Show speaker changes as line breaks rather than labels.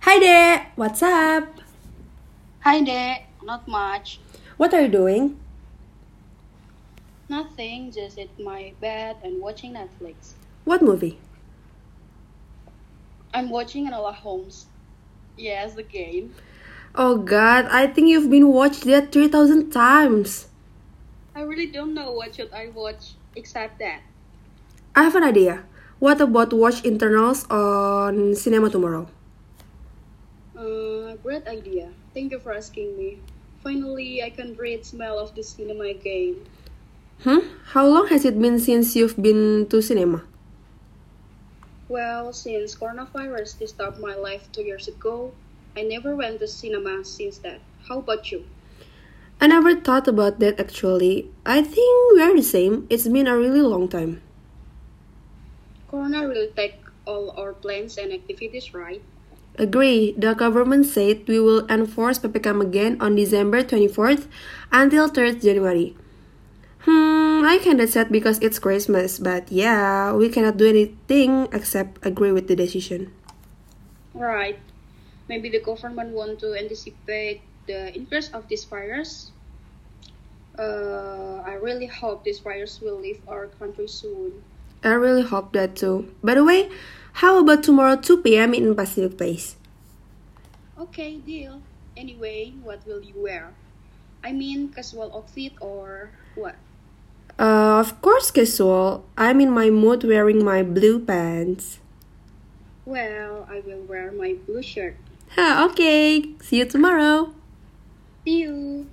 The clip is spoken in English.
Hi there, what's up?
Hi there. Not much.
What are you doing?
Nothing. Just at my bed and watching Netflix.
What movie?
I'm watching Enola Holmes. Yes, the game.
Oh god, I think you've been watched that 3000 times.
I really don't know what should I watch except that.
I have an idea. What about watch internals on cinema tomorrow?
Uh, great idea. Thank you for asking me. Finally, I can breathe smell of the cinema again.
Hmm? How long has it been since you've been to cinema?
Well, since coronavirus disturbed my life two years ago, I never went to cinema since then. How about you?
I never thought about that actually. I think we're the same. It's been a really long time.
Corona really take all our plans and activities, right?
Agree. The government said we will enforce PPKM again on December 24th until 3rd January. Hmm, I kinda sad because it's Christmas, but yeah, we cannot do anything except agree with the decision.
Right. Maybe the government want to anticipate the increase of this virus. Uh, I really hope this virus will leave our country soon.
I really hope that too. By the way, how about tomorrow 2 p.m. in Pacific Place?
Okay, deal. Anyway, what will you wear? I mean, casual outfit or what?
Uh, of course, casual. I'm in my mood wearing my blue pants.
Well, I will wear my blue shirt.
Ha, okay. See you tomorrow.
See you.